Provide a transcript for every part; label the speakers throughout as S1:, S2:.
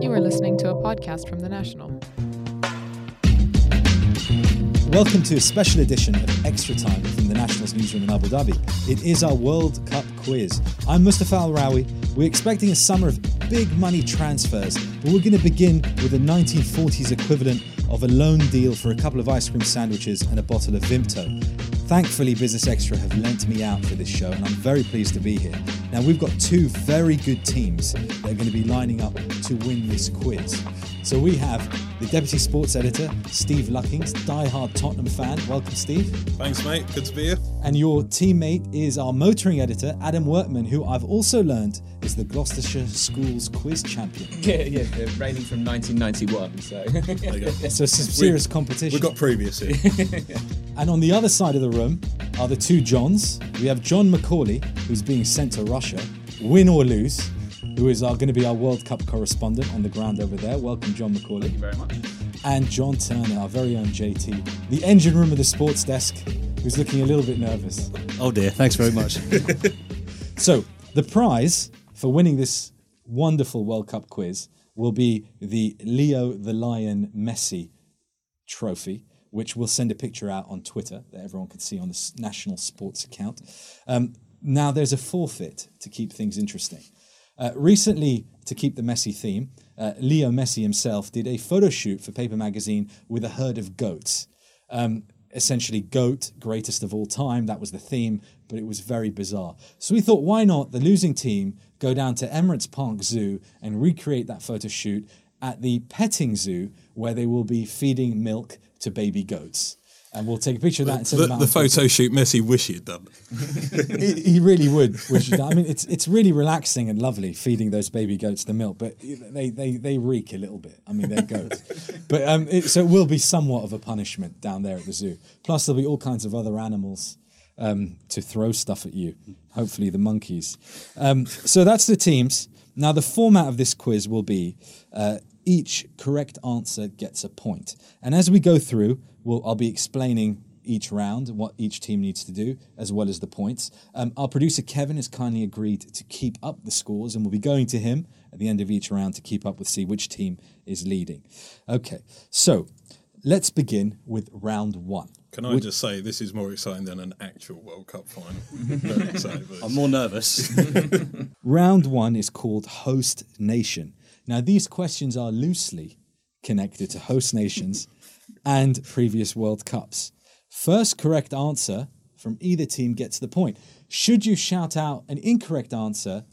S1: You are listening to a podcast from The National.
S2: Welcome to a special edition of Extra Time from the National's newsroom in Abu Dhabi. It is our World Cup quiz. I'm Mustafa Al Rawi. We're expecting a summer of big money transfers, but we're going to begin with a 1940s equivalent of a loan deal for a couple of ice cream sandwiches and a bottle of Vimto. Thankfully, Business Extra have lent me out for this show, and I'm very pleased to be here. Now, we've got two very good teams that are going to be lining up to win this quiz. So we have the Deputy Sports Editor, Steve Luckings, die-hard Tottenham fan. Welcome, Steve.
S3: Thanks, mate. Good to be here.
S2: And your teammate is our motoring editor, Adam Workman, who I've also learned is the Gloucestershire Schools Quiz Champion.
S4: Yeah, yeah, they're reigning from 1991. So
S3: There you go.
S2: So some serious
S3: We've
S2: competition.
S3: got previous here.
S2: and on the other side of the room are the two Johns. We have John Macaulay, who's being sent to Russia, win or lose, who is our, going to be our World Cup correspondent on the ground over there. Welcome, John Macaulay.
S4: very much.
S2: and John Turner, our very own JT, the engine room of the sports desk, who's looking a little bit nervous.
S5: Oh dear, thanks very much.
S2: So, the prize for winning this wonderful World Cup quiz will be the Leo the Lion Messi trophy, which we'll send a picture out on Twitter that everyone can see on the s- National Sports account. Um, now, there's a forfeit to keep things interesting. Uh, recently, to keep the Messi theme, uh, Leo Messi himself did a photo shoot for Paper Magazine with a herd of goats. Um, essentially, goat, greatest of all time, that was the theme, but it was very bizarre. So we thought, why not the losing team go down to Emirates Park Zoo and recreate that photo shoot at the petting zoo where they will be feeding milk to baby goats. And we'll take a picture of that and send
S3: the,
S2: them out
S3: the
S2: on Twitter
S3: photo shoot Messi wish he had done.
S2: he he really would. Wish he'd done- I mean, it's it's really relaxing and lovely feeding those baby goats the milk, but they they, they reek a little bit. I mean, they're goats, but um, it, so it will be somewhat of a punishment down there at the zoo. Plus, there'll be all kinds of other animals um, to throw stuff at you. Hopefully, the monkeys. Um, so that's the teams. Now, the format of this quiz will be uh, each correct answer gets a point, and as we go through, we'll, I'll be explaining each round and what each team needs to do, as well as the points. Um, our producer Kevin has kindly agreed to keep up the scores, and we'll be going to him at the end of each round to keep up with see which team is leading. Okay, so let's begin with round one.
S3: Can I just say this is more exciting than an actual World Cup final? Very excited for this.
S5: I'm more nervous.
S2: Round one is called Host Nation. Now, these questions are loosely connected to host nations and previous World Cups. First correct answer from either team gets the point. Should you shout out an incorrect answer,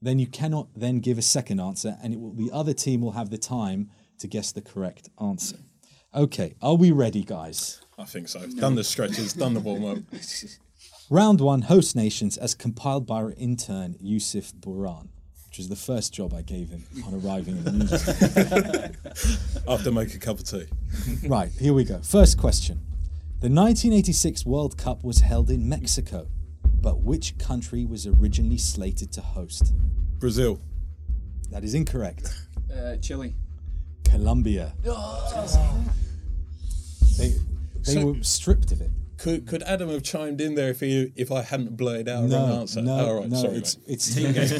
S2: then you cannot then give a second answer, and it will, the other team will have the time to guess the correct answer. Okay, are we ready, guys?
S3: I think so. Done the stretches, done the warm up.
S2: Round one, host nations, as compiled by our intern Yusuf Buran, which was the first job I gave him on arriving in the newsroom.
S3: After make a cup of tea.
S2: right, here we go. First question: The 1986 World Cup was held in Mexico, but which country was originally slated to host?
S3: Brazil.
S2: That is incorrect.
S4: Uh, Chile.
S2: Colombia. They, they
S3: So-
S2: were stripped of it.
S3: Could, could Adam have chimed in there if he if I hadn't blurted out a wrong
S2: No,
S3: answer?
S2: no,
S3: All right,
S2: no.
S3: sorry.
S2: it's
S3: mate.
S2: it's team this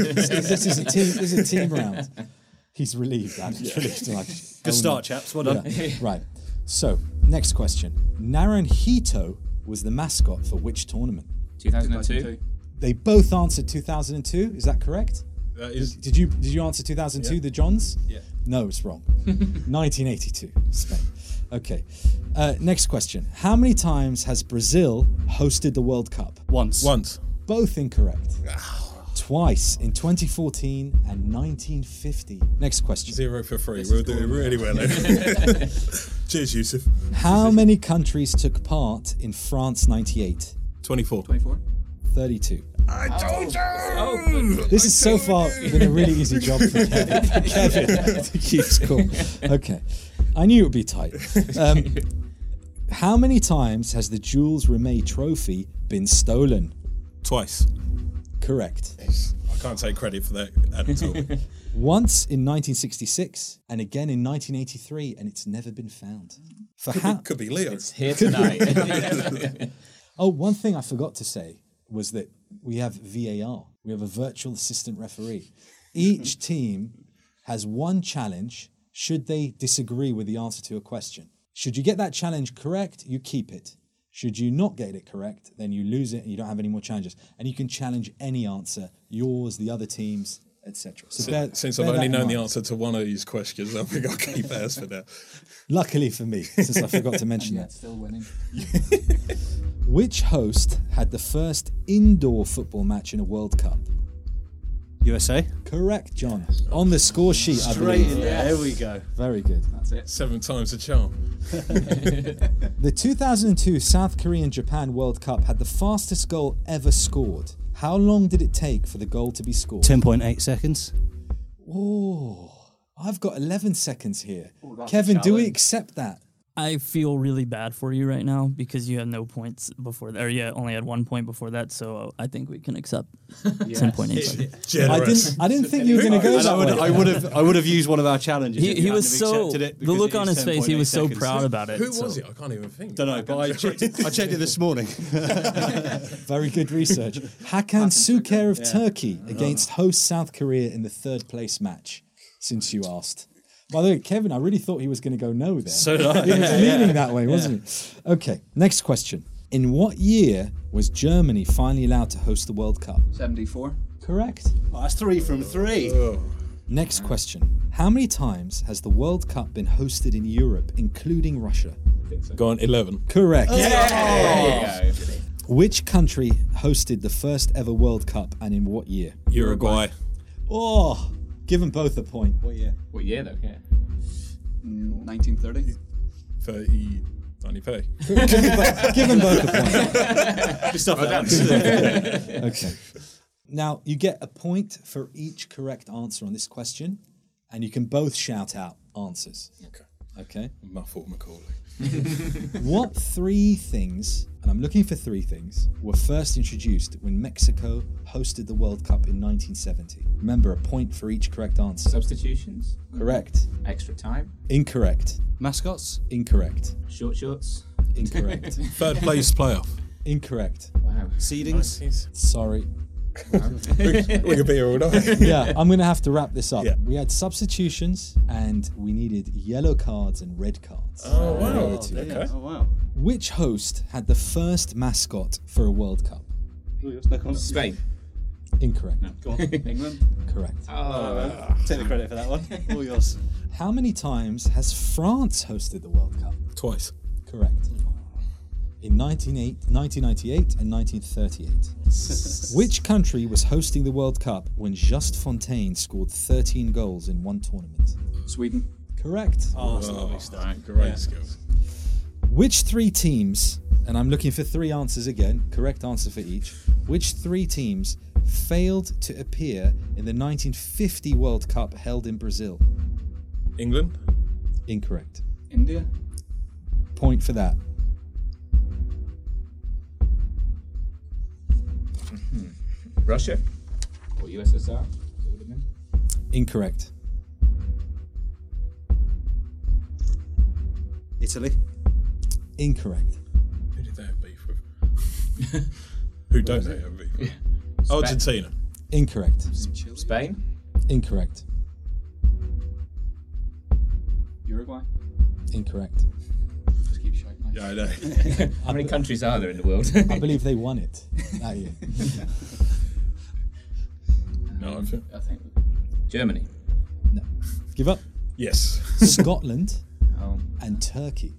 S2: is a team. This is a team round. He's relieved. Adam's relieved. Like, oh, no.
S5: Good start, chaps. Well done.
S2: Yeah. right. So, next question. Naranjito was the mascot for which tournament?
S4: 2002.
S2: They both answered 2002. Is that correct?
S3: That is
S2: Did you did you answer 2002?
S3: Yeah.
S2: The Johns?
S3: Yeah.
S2: No, it's wrong. 1982, Spain. Okay. Uh, next question. How many times has Brazil hosted the World Cup?
S5: Once.
S3: once.
S2: Both incorrect.
S3: Ah.
S2: Twice in 2014 and 1950. Next question.
S3: Zero for three. we We're doing really well. eh? Cheers, Yusuf.
S2: How many countries took part in France 98?
S3: 24.
S4: 24.
S2: 32.
S3: I told you!
S2: This is so far been a really easy job for Kevin. for Kevin to keep score. Okay, I knew it would be tight. Um, how many times has the Jules Rimet Trophy been stolen?
S3: Twice.
S2: Correct.
S3: I can't take credit for that. Adam told me.
S2: Once in 1966, and again in 1983, and it's never been found. For how?
S3: Could be Leo.
S4: Here tonight.
S2: Oh, one thing I forgot to say was that we have VAR. We have a virtual assistant referee. Each team has one challenge should they disagree with the answer to a question. Should you get that challenge correct, you keep it. Should you not get it correct, then you lose it and you don't have any more challenges. And you can challenge any answer, yours, the other team's, etc. So bear-
S3: Since
S2: bear
S3: I've
S2: that
S3: only
S2: in
S3: known the
S2: mind.
S3: answer to one of these questions, I think I'll keep ours for now.
S2: Luckily for me, since I forgot to mention
S4: Yeah,
S2: that.
S4: still winning.
S2: Which host had the first indoor football match in a World Cup?
S5: USA.
S2: Correct, John. On the score sheet, I believe.
S5: There we go.
S2: Very good.
S4: That's it.
S3: Seven times the charm.
S2: The 2002 South Korean Japan World Cup had the fastest goal ever scored. How long did it take for the goal to be scored?
S5: Ten point eight seconds.
S2: Oh, I've got 11 seconds here.
S4: that's a
S2: Kevin, do we
S4: challenge.
S2: accept that?
S6: I feel really bad for you right now because you have no points before that, or you only had one point before that. So I think we can accept ten point eight. seconds.
S2: I
S3: Generous.
S2: didn't. I didn't think you were going to go
S5: And I
S2: that
S5: would,
S2: way.
S5: I would have, I would have used one of our challenges.
S6: He,
S5: if you
S6: he
S5: hadn't
S6: was
S5: have
S6: so
S5: accepted it
S6: the
S5: because
S6: look
S5: it
S6: on
S5: is
S6: his face. He
S5: 10.8
S6: was so
S5: seconds.
S6: proud about it.
S3: Who
S6: so-
S3: was it? I can't even think.
S5: Don't know, but I checked, I checked it this morning.
S2: Very good research. Hakan Suker of Turkey against host South Korea in the third place match, since you asked. By the way, Kevin, I really thought he was going to go no there. So did I. He was leaning that way, wasn't it? Okay, next question. In what year was Germany finally allowed to host the World Cup?
S4: 74.
S2: Correct.
S5: Oh, that's three from three.
S2: Next question. How many times has the World Cup been hosted in Europe, including Russia?
S3: Go on, 11.
S2: Correct.
S4: There you go.
S2: Which country hosted the first ever World Cup and in what year?
S3: Uruguay.
S2: Oh, give them both a point. What year?
S4: What year though? Yeah. Mm, 1930.
S3: 30. 90p.
S2: give them both a point.
S5: Stuff like that.
S2: Okay. Now you get a point for each correct answer on this question, and you can both shout out answers.
S3: Okay.
S2: Okay.
S3: Muffled Macaulay.
S2: What three things, and I'm looking for three things, were first introduced when Mexico hosted the World Cup in 1970? Remember, a point for each correct answer.
S4: Substitutions.
S2: Correct.
S4: Extra time.
S2: Incorrect.
S5: Mascots.
S2: Incorrect.
S4: Short shorts.
S2: Incorrect.
S3: Third place playoff.
S2: Incorrect.
S4: Wow.
S5: Seedings.
S2: Sorry.
S3: we could be here all night.
S2: yeah, I'm going to have to wrap this up.
S3: Yeah.
S2: We had substitutions and we needed yellow cards and red cards.
S3: Oh, wow.
S5: Yeah.
S3: Okay.
S5: Oh wow.
S2: Which host had the first mascot for a World Cup?
S4: Spain.
S2: Incorrect.
S4: England. Uh,
S2: Correct.
S4: Oh.
S5: Take the credit for that one. All yours.
S2: How many times has France hosted the World Cup?
S3: Twice.
S2: Correct. In 1998 1998 and 1938. Which country was hosting the World Cup when Just Fontaine scored 13 goals in one tournament?
S4: Sweden.
S2: Correct.
S5: Oh, that's lovely stuff.
S3: Great skills.
S2: Which three teams, and I'm looking for three answers again, correct answer for each. Which three teams failed to appear in the 1950 World Cup held in Brazil?
S3: England.
S2: Incorrect.
S4: India.
S2: Point for that.
S4: Russia. Or USSR. It would have been.
S2: Incorrect.
S5: Italy.
S2: Incorrect.
S3: Who did they have beef with? Who don't they have beef with? Argentina.
S2: Incorrect.
S4: Spain.
S2: Incorrect.
S4: Uruguay.
S2: Incorrect.
S4: Just keep shouting. mate.
S3: Yeah, I know.
S4: How many countries are there in the world?
S2: I believe they won it that year.
S3: no, I'm
S4: I think Germany.
S2: No. Give up.
S3: Yes.
S2: Scotland
S4: Oh.
S2: and Turkey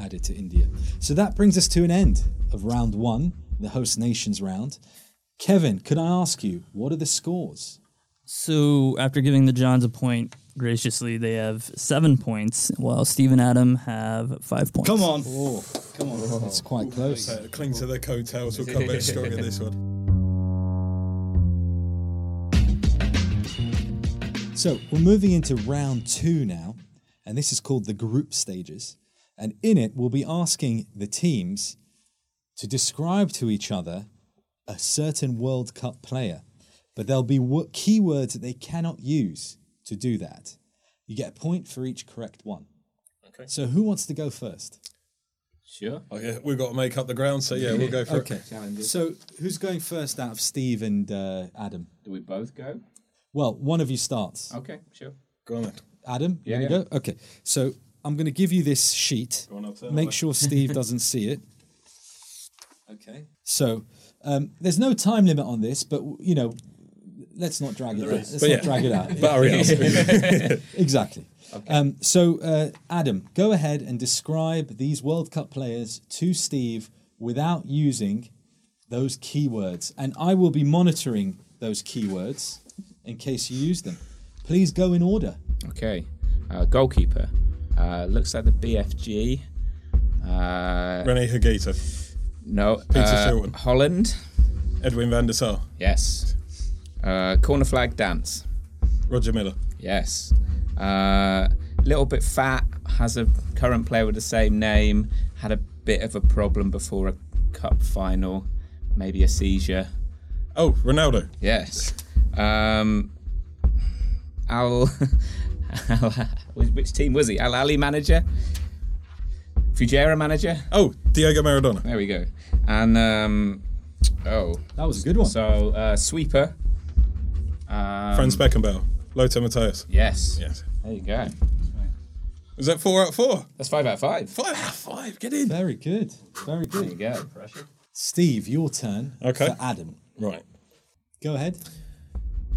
S2: added to India. So that brings us to an end of round one, the host nations round. Kevin, could I ask you, what are the scores?
S6: So after giving the Johns a point graciously, they have seven points, while Steve and Adam have five points.
S5: Come on.
S2: That's quite close.
S3: Uh, cling to the coattails. We'll come back strong in this one.
S2: So we're moving into round two now, and this is called the group stages. And in it, we'll be asking the teams to describe to each other a certain World Cup player, but there'll be wo- keywords that they cannot use to do that. You get a point for each correct one.
S3: Okay.
S2: So who wants to go first?
S4: Sure.
S3: Oh, yeah, we've got to make up the ground, so yeah, we'll go for it.
S2: So who's going first out of Steve and uh, Adam?
S4: Do we both go?
S2: Well, one of you starts.
S4: Okay, sure.
S3: Go on then.
S2: Adam,
S4: Yeah,
S2: you
S4: yeah.
S2: wanna go? Okay. So I'm going to give you this sheet.
S3: Go on, I'll turn
S2: Make
S3: over.
S2: sure Steve doesn't see it.
S5: Okay.
S2: So um, there's no time limit on this, but you know, let's not drag it. Out. Let's not
S3: But yeah.
S2: drag it out.
S3: But hurry up.
S2: exactly. Um, so uh, Adam, go ahead and describe these World Cup players to Steve without using those keywords, and I will be monitoring those keywords in case you use them. Please go in order.
S4: Okay. Uh, goalkeeper. Uh, looks like the BFG. Uh,
S3: Rene Higuita,
S4: no.
S3: Peter
S4: uh,
S3: Shilton.
S4: Holland.
S3: Edwin van der Sar,
S4: Yes. Uh, corner flag dance.
S3: Roger Miller,
S4: Yes. Uh, little bit fat. Has a current player with the same name. Had a bit of a problem before a cup final. Maybe a seizure.
S3: oh Ronaldo,
S4: Yes. Um, Al, Al, which team was he? Al Ali manager, Fujera manager.
S3: oh Diego Maradona,
S4: There we go. And um, oh,
S2: That was a good one.
S4: so uh, sweeper. Um,
S3: Franz Beckenbauer, Lothar Matthäus.
S4: Yes.
S3: Yes.
S4: There you go.
S3: Is that four out of four?
S4: That's five out of five.
S3: Five out of five. Get in.
S2: Very good. Very
S4: There you
S2: good.
S4: go.
S2: Steve, your turn
S3: Okay.
S2: for Adam.
S3: Right.
S2: Go ahead.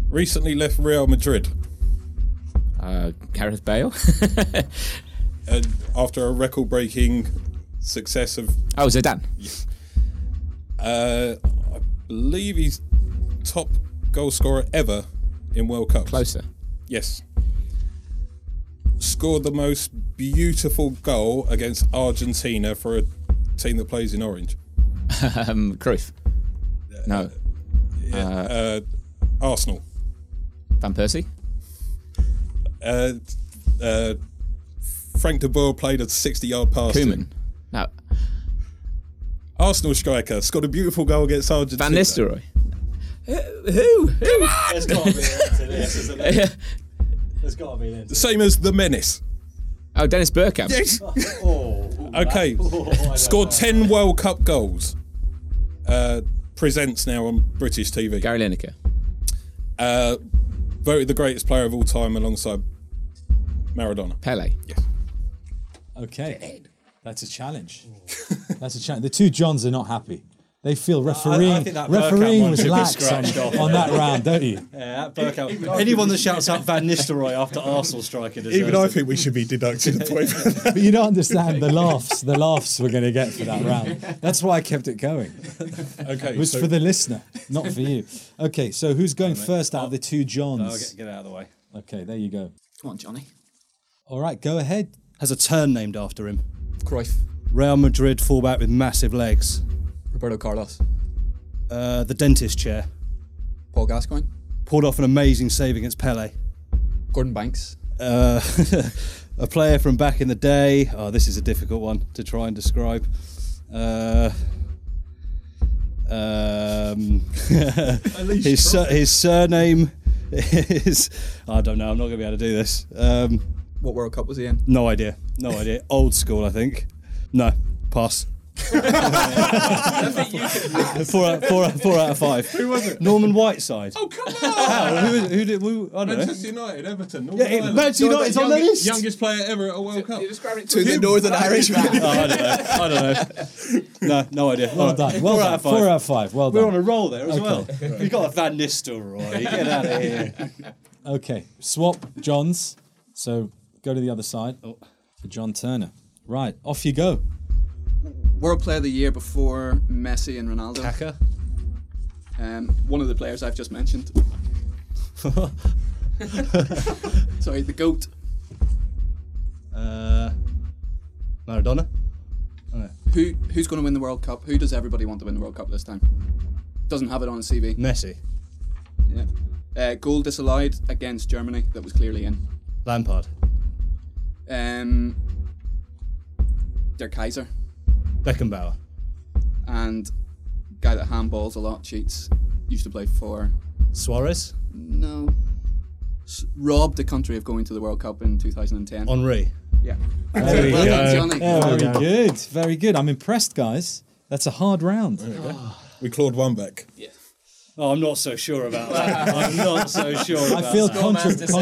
S3: Recently left Real Madrid
S4: Uh, Gareth Bale.
S3: uh, after a record-breaking success of,
S4: oh, Zidane.
S3: uh, I believe he's top goal scorer ever in World Cup.
S4: Closer.
S3: Yes. Scored the most beautiful goal against Argentina for a team that plays in orange.
S4: Um, Cruyff. No.
S3: Uh, Arsenal.
S4: Van Persie.
S3: Uh, uh, Frank de Boer played a 60 yard pass. to-
S4: Koeman. No.
S3: Arsenal striker scored a beautiful goal against Argentina.
S4: Van Nistelrooy. Who? Who?
S5: There's got to be an answer to this, isn't there?
S4: Who?
S5: There's got to be an answer.
S3: Same as the menace.
S4: Oh, Dennis Burkham.
S3: Yes.
S5: Oh, ooh, that-
S3: Okay.
S5: oh, I don't
S3: Scored
S5: know.
S3: 10 World Cup goals. Uh, presents now on British TV.
S4: Gary Lineker.
S3: Uh, voted the greatest player of all time alongside Maradona.
S4: Pele.
S2: Okay. That's a challenge. That's a challenge. The two Johns are not happy. They feel
S5: I- I
S2: refereeing,
S5: think that Burkamp
S2: refereeing
S5: one
S2: was
S5: should be
S2: lax on,
S5: scratched off.
S2: on that round, don't you?
S5: Yeah, that Burkout. Anyone that shouts out Van Nistelrooy after Arsenal striker deserves it.
S3: we should be deducting the point.
S2: But you don't understand the laughs, the laughs we're going to get for that round. That's why I kept it going.
S3: okay,
S2: It was
S3: so
S2: for the listener, not for you. Okay, so who's going first out of the two
S5: Oh,
S2: Johns?
S5: get, get out of the way.
S2: Okay, there you go.
S4: Come on, Johnny.
S2: All right, go ahead.
S5: Has a turn named after him.
S7: Cruyff,
S5: Real Madrid fullback with massive legs.
S7: Roberto Carlos,
S5: Uh, the dentist chair.
S7: Paul Gascoigne,
S5: Pulled off an amazing save against Pele.
S7: Gordon Banks,
S5: Uh, a player from back in the day. Oh, this is a difficult one to try and describe. Uh, um, his, sur- his surname is. I don't know. I'm not going to be able to do this. Um,
S7: what World Cup was he in?
S5: no idea. No idea. Old school, I think. No. Pass. four, out, four, out, four out of five. Who was it? Norman Whiteside.
S3: Oh, come on!
S5: Who, who, did? Who, I don't know.
S3: Manchester United, Everton, Northern
S5: Yeah, it-
S3: Ireland.
S5: Manchester
S3: You're
S5: United's on the
S3: youngest-
S5: list.
S3: Youngest player ever at a World Cup.
S7: To the Northern Irish.
S5: Oh, I don't know. I don't know. No, no idea.
S2: Well done. Well
S5: Four
S2: done.
S5: out of five.
S2: Four out of five. Well
S5: We're on
S2: done.
S5: a roll there as well. We've got a Van Nistelrooy. Get out of here.
S2: Okay, swap Johns. So go to the other side for John Turner. Right, off you go.
S7: World Player of the Year before Messi and Ronaldo.
S5: Ah.
S7: Um, one of the players I've just mentioned. Sorry, the goat.
S5: Uh, Maradona.
S7: Who who's going to win the World Cup? Who does everybody want to win the World Cup this time? Doesn't have it on his CV.
S5: Messi.
S7: Yeah. Uh, goal disallowed against Germany that was clearly in.
S5: Lampard.
S7: Um, Der Kaiser
S5: Beckenbauer.
S7: and guy that handballs a lot, cheats. Used to play for
S5: Suarez.
S7: No. S- robbed the country of going to the World Cup in 2010.
S5: Henri.
S7: yeah.
S2: There we
S7: Well
S2: go.
S7: done, Johnny.
S2: Very good. Very good. I'm impressed, guys. That's a hard round.
S3: We clawed one back.
S5: Oh, I'm not so sure about that. I'm not so sure about
S2: I feel
S5: that.
S2: contra-
S4: to say.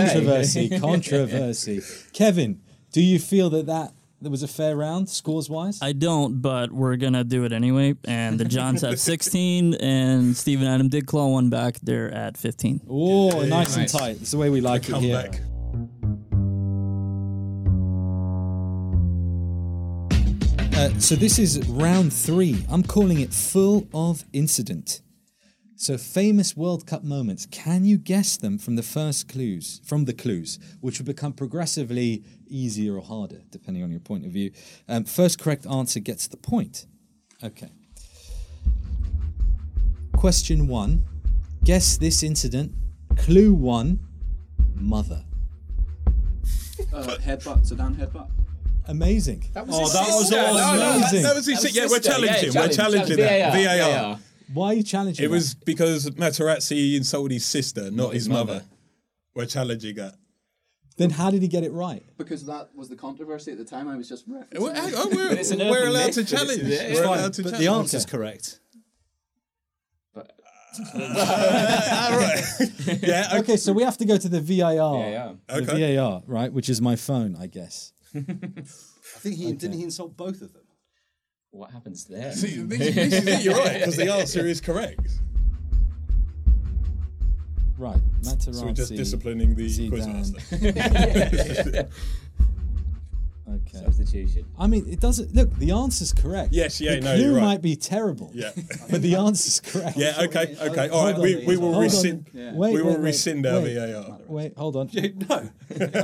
S2: controversy. Controversy. Kevin, do you feel that that there was a fair round scores wise?
S6: I don't, but we're gonna do it anyway. And the Johns have 16, and Steve and Adam did claw one back. They're at 15.
S2: Oh, nice and
S4: Nice.
S2: tight. It's the way we like it
S3: Come
S2: here.
S3: back.
S2: Uh, so this is round three. I'm calling it full of incident. So famous World Cup moments. Can you guess them from the first clues? From the clues, which will become progressively easier or harder depending on your point of view. Um, first correct answer gets the point. Okay. Question one. Guess this incident. Clue one. Mother.
S7: Uh, headbutt, Sedan headbutt.
S2: Amazing.
S4: oh,
S5: that was
S3: No,
S5: awesome.
S3: no, that-
S2: Amazing.
S3: that was his
S4: That was
S3: Yeah, we're
S4: sister.
S3: challenging.
S4: Yeah,
S3: we're
S4: challenge,
S3: challenging that.
S4: challenge.
S3: VAR.
S4: VAR.
S2: Why are you challenging?
S3: It
S2: that?
S3: was because Materazzi insulted his sister, not, his
S4: his
S3: mother.
S4: mother.
S3: We're challenging that.
S2: Then how did he get it right?
S7: Because that was the controversy at the time. I was just referencing.
S3: Well, hang on, we're,
S4: it's an
S3: we're
S4: open
S3: allowed
S4: myth,
S3: to
S4: but it's-
S3: challenge.
S4: yeah,
S3: We're allowed to
S5: But
S3: challenge.
S5: the answer's correct.
S3: yeah, okay.
S2: Okay, so we have to go to the VIR.
S4: VAR.
S2: The
S3: Okay.
S2: VAR, right, which is my phone, I guess.
S5: I think he didn't he insult both of them.
S4: What happens there?
S3: See, this, this is it, you're right, because the answer is correct.
S2: Right, Materazzi.
S3: So we're just disciplining the
S2: Zidane.
S3: quizmaster.
S2: Okay.
S4: Substitution.
S2: I mean, it doesn't look. The answer's correct.
S3: Yes, yeah,
S2: the
S3: no,
S2: clue
S3: you're right.
S2: might be terrible.
S3: Yeah.
S2: but the answer's correct.
S3: Yeah, okay, okay. All right,
S2: on,
S3: we, we will
S2: hold on.
S3: rescind,
S2: Wait,
S3: we will
S2: wait, wait,
S3: rescind our
S2: wait.
S3: VAR.
S2: Wait, hold on.
S5: No,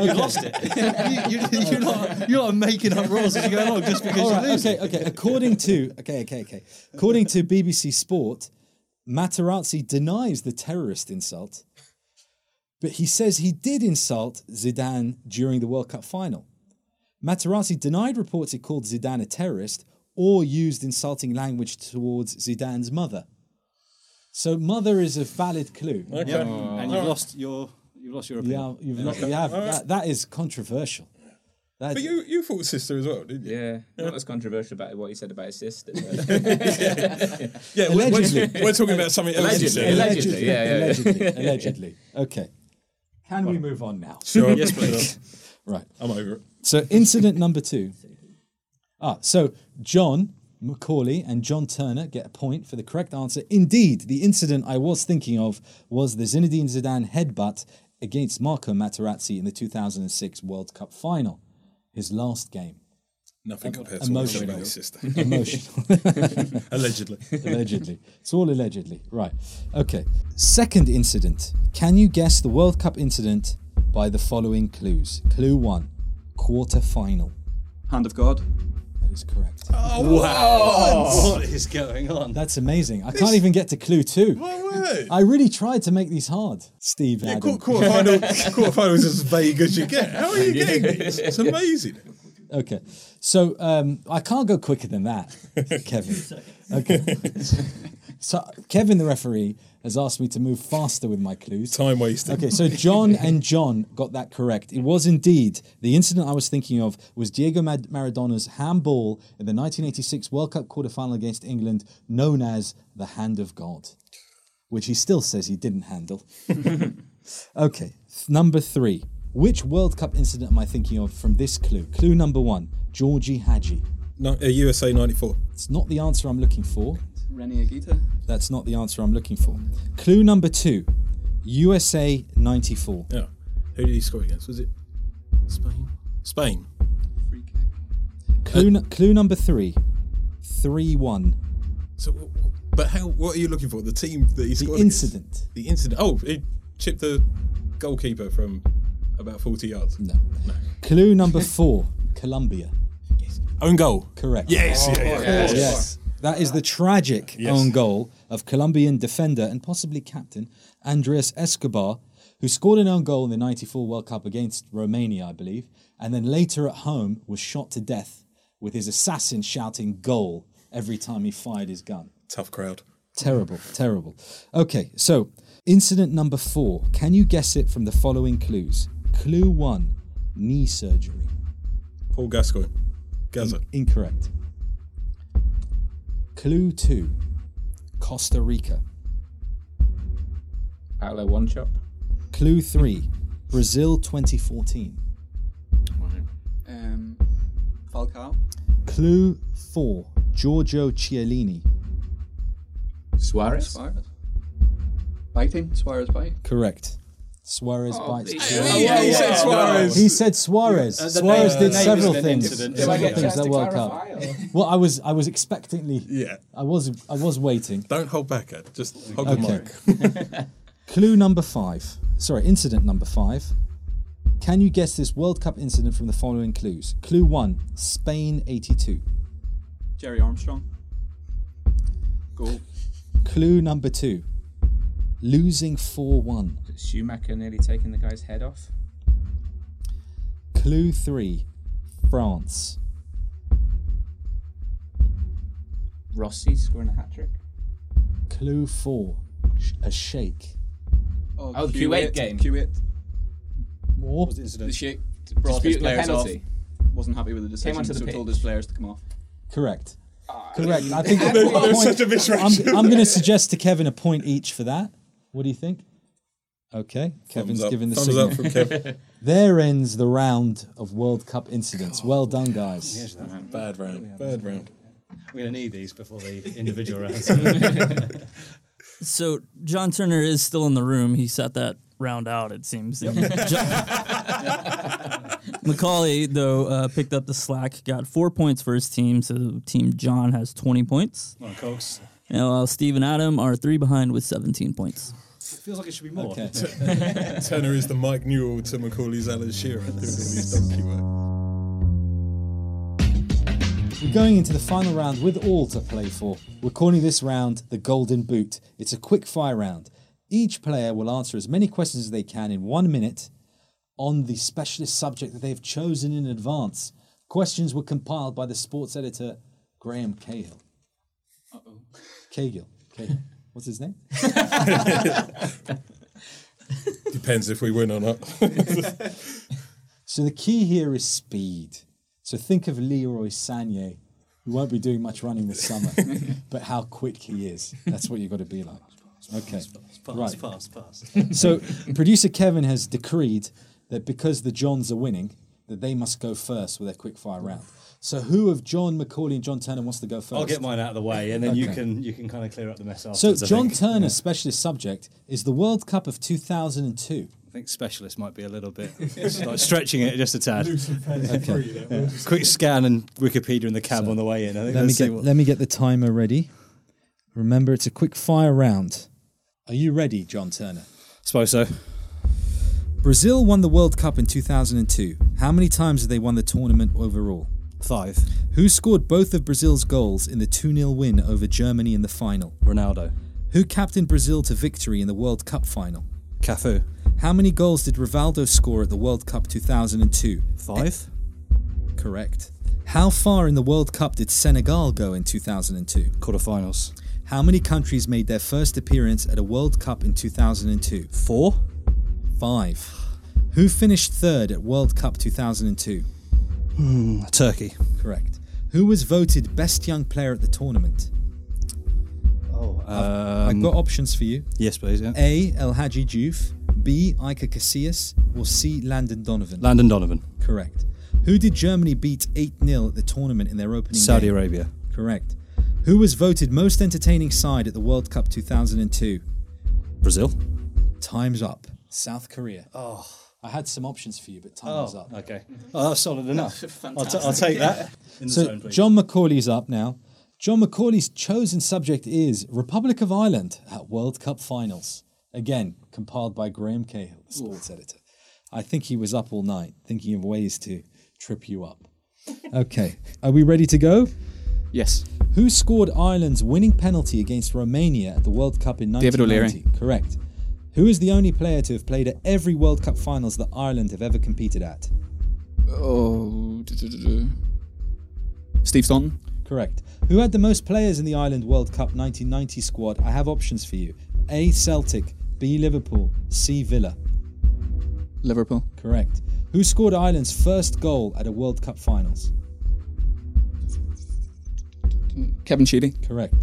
S5: you lost it. you, you, you're not you're not making up rules as you go along just because
S2: All right,
S5: you lose.
S2: okay, okay. According to okay, okay, okay. According to BBC Sport, Materazzi denies the terrorist insult, but he says he did insult Zidane during the World Cup final. Materazzi denied reports he called Zidane a terrorist or used insulting language towards Zidane's mother. So mother is a valid clue.
S3: Okay.
S5: And you've lost your you've lost your
S2: Yeah,
S5: opinion.
S2: you've not, you have, that, that is controversial. That,
S3: But you, you thought sister as well, didn't you?
S4: Yeah, not as controversial about what he said about uh, his sister.
S3: Yeah, we're, we're-
S2: Allegedly.
S3: we're talking about something else. you
S4: Allegedly.
S3: said.
S4: Allegedly, yeah, yeah, yeah.
S2: allegedly, allegedly. Okay. Can we move on now?
S3: Sure, yes, please.
S2: Right.
S3: I'm over it.
S2: So incident number two. Ah, so John Macaulay and John Turner get a point for the correct answer. Indeed, the incident I was thinking of was the Zinedine Zidane headbutt against Marco Materazzi in the 2006 World Cup final, his last game.
S3: Nothing compared to what
S2: emotional.
S3: I'm about his sister.
S2: Emotional.
S3: Allegedly.
S2: allegedly. It's all allegedly. Right. Okay. Second incident. Can you guess the World Cup incident by the following clues? Clue one, quarter final.
S7: Hand of God.
S2: That is correct.
S5: What is going on?
S2: That's amazing. I can't even get to clue two.
S3: My word.
S2: I really tried to make these hard, Steve.
S3: Yeah,
S2: Adam.
S3: quarter, quarter final, quarter final is as vague as you get. How are you getting this? It's amazing.
S2: Okay. So um, I can't go quicker than that, Kevin. Okay. So Kevin, the referee, has asked me to move faster with my clues.
S3: Time wasted.
S2: Okay, so John and John got that correct. It was indeed the incident I was thinking of was Diego Mad- Maradona's handball in the 1986 World Cup quarterfinal against England, known as the Hand of God, which he still says he didn't handle. okay, th- number three. Which World Cup incident am I thinking of from this clue? Clue number one: Georgie Hadji.
S3: No, uh, USA 94.
S2: It's not the answer I'm looking for.
S7: Rennie Agita.
S2: That's not the answer I'm looking for. Clue number two: USA '94.
S3: Yeah. Who did he score against? Was it Spain? Spain.
S7: Free kick.
S2: Clue, nu- clue number three, three one.
S3: So, w- w- but how? What are you looking for? The team that he
S2: The
S3: scored. against?
S2: incident.
S3: The incident. Oh, he chipped the goalkeeper from about 40 yards.
S2: No. Clue number four, Colombia.
S3: Own goal.
S2: Correct.
S3: Yes. yeah, yeah, yeah.
S2: Yes. That is the tragic own goal of Colombian defender and possibly captain Andres Escobar, who scored an own goal in the 94 World Cup against Romania, I believe, and then later at home was shot to death with his assassin shouting goal every time he fired his gun.
S3: Tough crowd.
S2: Terrible, terrible. Okay, so incident number four. Can you guess it from the following clues? Clue one, knee surgery.
S3: Paul Gascoigne. Gaza.
S2: Incorrect. Clue two, Costa Rica.
S4: Paolo One Chop.
S2: Clue three, Brazil 2014.
S7: Um, Falcao.
S2: Clue four, Giorgio Chiellini.
S4: Suarez.
S7: Suarez. Biting. Suarez bite.
S2: Correct. Suarez bites. Chiellini.
S7: yeah, you Oh, said Suarez.
S2: He said Suarez.
S5: Uh, the
S2: Suarez
S5: name-
S2: did
S5: the name
S2: several
S5: is an
S2: things.
S5: incident.
S2: Several
S5: Yeah.
S2: things that World Cup. Well, I was I was expectantly.
S3: Yeah.
S2: I was I was waiting.
S3: Don't hold back, Ed. Just hog the
S2: Okay.
S3: mic.
S2: Clue number five. Sorry, incident number five. Can you guess this World Cup incident from the following clues? Clue one, Spain 82.
S7: Jerry Armstrong. Goal.
S2: Clue number two, losing 4 1.
S4: Schumacher nearly taking the guy's head off.
S2: Clue three, France.
S4: Rossi scoring a hat trick.
S2: Clue four, sh- a shake.
S4: Oh, the Kuwait game.
S7: Kuwait.
S2: More?
S5: was the
S7: The
S5: incident?
S7: Sheikh brought his
S4: Disputing a
S7: players off.
S4: penalty.
S7: Wasn't happy with the decision,
S4: onto the
S7: so
S4: pitch.
S7: told his players to come off.
S2: Correct.
S3: Ah.
S2: Correct. I think point- I'm, I'm going to suggest to Kevin a point each for that. What do you think? Okay, Kevin's
S3: Thumbs up.
S2: given the
S3: Thumbs
S2: signal.
S3: up from Kev.
S2: There ends the round of World Cup incidents. Well done, guys.
S3: Bad round. Bad round.
S5: We're going to need these before the individual rounds.
S6: So John Turner is still in the room. He sat that round out, it seems. John- Macaulay, though, uh, picked up the slack, got four points for his team. So Team John has 20 points.
S5: Come on, Cox.
S6: And while Steve and Adam are three behind with 17 points.
S5: It feels like it should be more.
S2: Okay.
S3: Turner is the Mike Newell to Macaulay's Alan Shearer doing all these donkey work.
S2: We're going into the final round with all to play for. We're calling this round the Golden Boot. It's a quick fire round. Each player will answer as many questions as they can in one minute on the specialist subject that they have chosen in advance. Questions were compiled by the sports editor Graham Cahill. Cahill. Cahill. What's his name?
S3: Depends if we win or not.
S2: So the key here is speed. So think of Leroy Sané, who won't be doing much running this summer, but how quick he is. That's what you've got to be like. Okay.
S5: Pass,
S2: Right.
S5: pass, pass.
S2: So producer Kevin has decreed that because the Johns are winning, that they must go first with their quick fire round. So who of John McCauley and John Turner wants to go first?
S5: I'll get mine out of the way, and then you
S2: Okay.
S5: can you can kind of clear up the mess
S2: So
S5: afterwards. I
S2: John
S5: think.
S2: Turner's specialist subject is the World Cup of 2002.
S5: I think specialist might be a little bit it's like stretching it just a tad. Quick scan and Wikipedia in the cab on the way in. I think
S2: Let me
S5: let's see
S2: get
S5: what-
S2: let me get the timer ready. Remember, it's a quick fire round. Are you ready, John Turner?
S5: suppose so.
S2: Brazil won the World Cup in 2002. How many times have they won the tournament overall?
S5: Five.
S2: Who scored both of Brazil's goals in the 2 0 win over Germany in the final?
S5: Ronaldo.
S2: Who captained Brazil to victory in the World Cup final?
S5: Cafu.
S2: How many goals did Rivaldo score at the World Cup 2002?
S5: Five.
S2: Correct. How far in the World Cup did Senegal go in 2002?
S5: Quarterfinals.
S2: How many countries made their first appearance at a World Cup in 2002?
S5: Four.
S2: Five. Who finished third at World Cup 2002?
S5: Turkey.
S2: Correct. Who was voted best young player at the tournament?
S5: Oh.
S2: I've got options for you.
S5: yes, please. Yeah.
S2: A. El Hadji Diouf, B. Iker Casillas, or C. Landon Donovan.
S5: Landon Donovan.
S2: Correct. Who did Germany beat 8 0 at the tournament in their opening
S5: Saudi
S2: game?
S5: Arabia.
S2: Correct. Who was voted most entertaining side at the World Cup 2002?
S5: Brazil.
S2: Time's up. South Korea. Oh. I had some options for you, but time is up.
S5: okay. Oh, that's solid enough. I'll, t- I'll take that. In the
S2: So
S5: zone, please.
S2: John Macaulay's up now. John Macaulay's chosen subject is Republic of Ireland at World Cup finals. Again, compiled by Graham Cahill, the sports editor. I think he was up all night thinking of ways to trip you up. Okay, are we ready to go?
S4: Yes.
S2: Who scored Ireland's winning penalty against Romania at the World Cup in
S4: David O'Leary.
S2: 1990? Correct. Who is the only player to have played at every World Cup finals that Ireland have ever competed at?
S7: Oh, Steve Staunton.
S2: Correct. Who had the most players in the Ireland World Cup 1990 squad? I have options for you. A. Celtic, B. Liverpool, C. Villa.
S7: Liverpool.
S2: Correct. Who scored Ireland's first goal at a World Cup finals?
S7: Kevin Sheedy.
S2: Correct.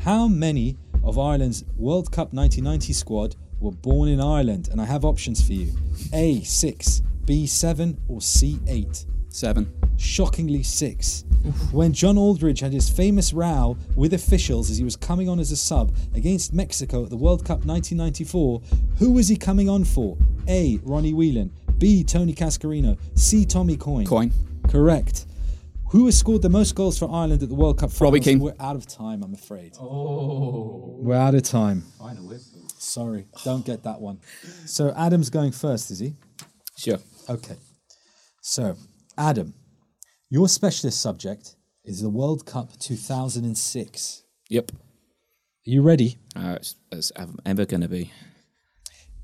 S2: How many of Ireland's World Cup 1990 squad were born in Ireland, and I have options for you A, 6, B, 7, or C, 8.
S7: Seven.
S2: Shockingly, 6. When John Aldridge had his famous row with officials as he was coming on as a sub against Mexico at the World Cup 1994, who was he coming on for? A, Ronnie Whelan, B, Tony Cascarino, C, Tommy Coyne.
S7: Coin.
S2: Correct. Who has scored the most goals for Ireland at the World Cup?
S7: Robbie
S2: finals?
S7: Keane.
S2: We're out of time, I'm afraid. Oh. We're out of time. Final whistle. Sorry, don't get that one. So Adam's going first, is he?
S7: Sure.
S2: Okay. So, Adam, your specialist subject is the World Cup 2006.
S4: Yep.
S2: Are you ready?
S4: Uh, it's, it's ev- ever going to be.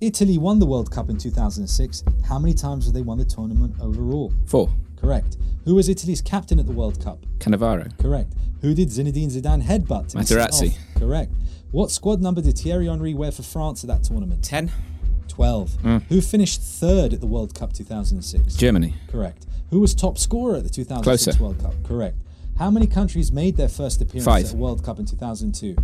S2: Italy won the World Cup in 2006. How many times have they won the tournament overall?
S4: Four.
S2: Correct. Who was Italy's captain at the World Cup?
S4: Cannavaro.
S2: Correct. Who did Zinedine Zidane headbutt? to miss it
S4: Materazzi.
S2: off? Correct. What squad number did Thierry Henry wear for France at that tournament?
S4: Ten. Hmm.
S2: 12. Who finished third at the World Cup 2006?
S4: Germany.
S2: Correct. Who was top scorer at the 2006
S4: Closer.
S2: World Cup? Correct. How many countries made their first appearance
S4: Five.
S2: at the World Cup in 2002?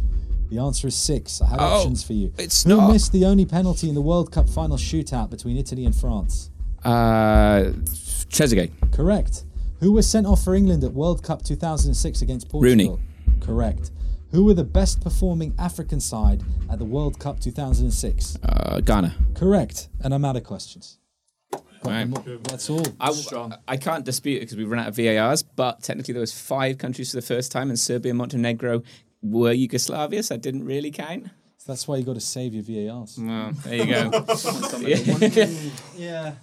S2: The answer is six. I have
S4: Oh,
S2: options for you.
S4: it's
S2: Who
S4: not-
S2: missed the only penalty in the World Cup final shootout between Italy and France?
S4: Uh, Trezeguet.
S2: Correct. Who was sent off for England at World Cup 2006 against Portugal? Rooney. Correct. Who were the best performing African side at the World Cup 2006?
S4: Uh, Ghana.
S2: Correct. And I'm out of questions. Got
S4: Right.
S2: them all. That's all.
S4: I, I can't dispute it because we've run out of VARs, but technically there was five countries for the first time, and Serbia and Montenegro were Yugoslavia, so I didn't really count.
S2: That's why you got to save your VARs.
S4: Well, there you go.
S8: Yeah.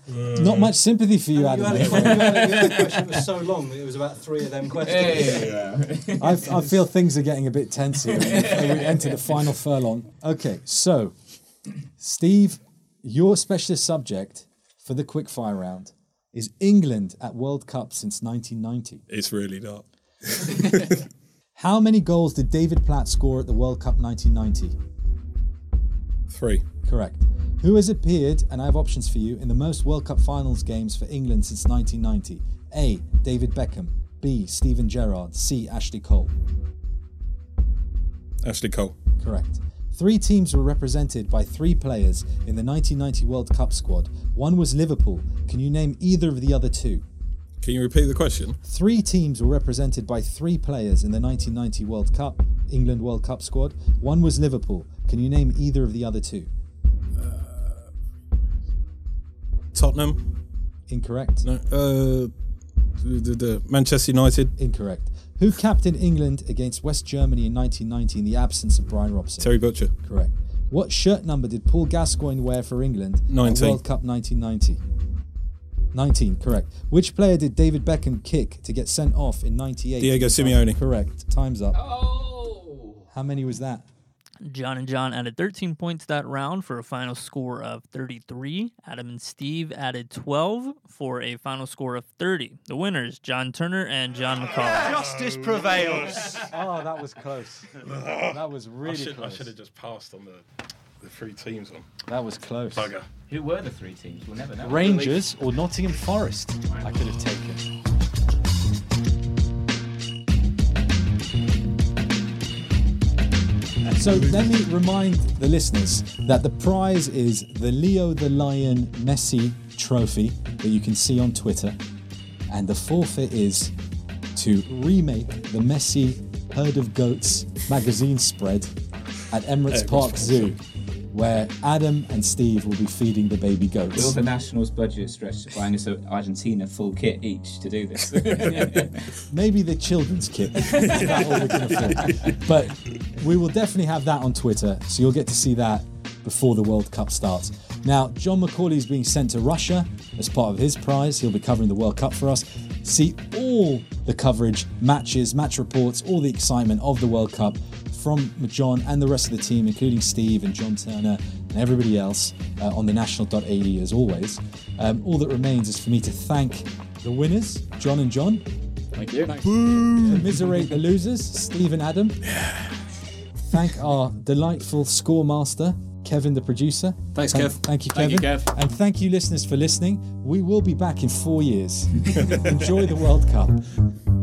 S2: Not much sympathy for you,
S8: You
S2: Adam.
S8: had, a, you, had a, you had a question that was so long that it was about three of them questions.
S2: I, I feel things are getting a bit tense here. we enter the final furlong. Okay, so Steve, your specialist subject for the quickfire round is England at World Cup since 1990.
S3: It's really not.
S2: How many goals did David Platt score at the World Cup 1990?
S3: Three.
S2: Correct. Who has appeared, and I have options for you, in the most World Cup finals games for England since 1990? A. David Beckham. B. Stephen Gerrard. C. Ashley Cole.
S3: Ashley Cole.
S2: Correct. Three teams were represented by three players in the 1990 World Cup squad. One was Liverpool. Can you name either of the other two?
S3: Can you repeat the question?
S2: Three teams were represented by three players in the 1990 World Cup, England World Cup squad. One was Liverpool. Can you name either of the other two?
S3: Tottenham.
S2: Incorrect.
S3: No. Uh, the, the, the Manchester United.
S2: Incorrect. Who captained England against West Germany in 1990 in the absence of Brian Robson?
S3: Terry Butcher.
S2: Correct. What shirt number did Paul Gascoigne wear for England at
S3: 19.
S2: World Cup 1990? 19, correct. Which player did David Beckham kick to get sent off in 98?
S3: Diego Simeone.
S2: Correct. Time's up. Oh. How many was that?
S6: John and John added 13 points that round for a final score of 33. Adam and Steve added 12 for a final score of 30. The winners, John Turner and John McCall.
S8: Justice prevails.
S2: Oh, that was close. That was really
S3: just passed on the, the three teams on.
S2: That was close.
S4: Who were the three teams? We'll never know.
S2: Rangers or Nottingham Forest? I could have taken. So let me remind the listeners that the prize is the Leo the Lion Messi trophy that you can see on Twitter, and the forfeit is to remake the Messi Herd of Goats magazine spread at Emirates Park Zoo, where Adam and Steve will be feeding the baby goats.
S4: Will the Nationals budget stretch to buying us a Argentina full kit each to do this?
S2: maybe the children's kit. That all we can afford. But we will definitely have that on Twitter, so you'll get to see that before the World Cup starts. Now, John McCauley is being sent to Russia as part of his prize. He'll be covering the World Cup for us. See all the coverage, matches, match reports, all the excitement of the World Cup from John and the rest of the team, including Steve and John Turner and everybody else uh, on the national.ae as always. Um, all that remains is for me to thank the winners, John and John, commiserate the losers, Steve and Adam. Thank our delightful scoremaster, Kevin, the producer.
S7: Thanks,
S2: Thank-
S7: Kev.
S2: Thank you, Kevin.
S7: Thank you, Kev.
S2: And thank you, listeners, for listening. We will be back in four years. Enjoy the World Cup.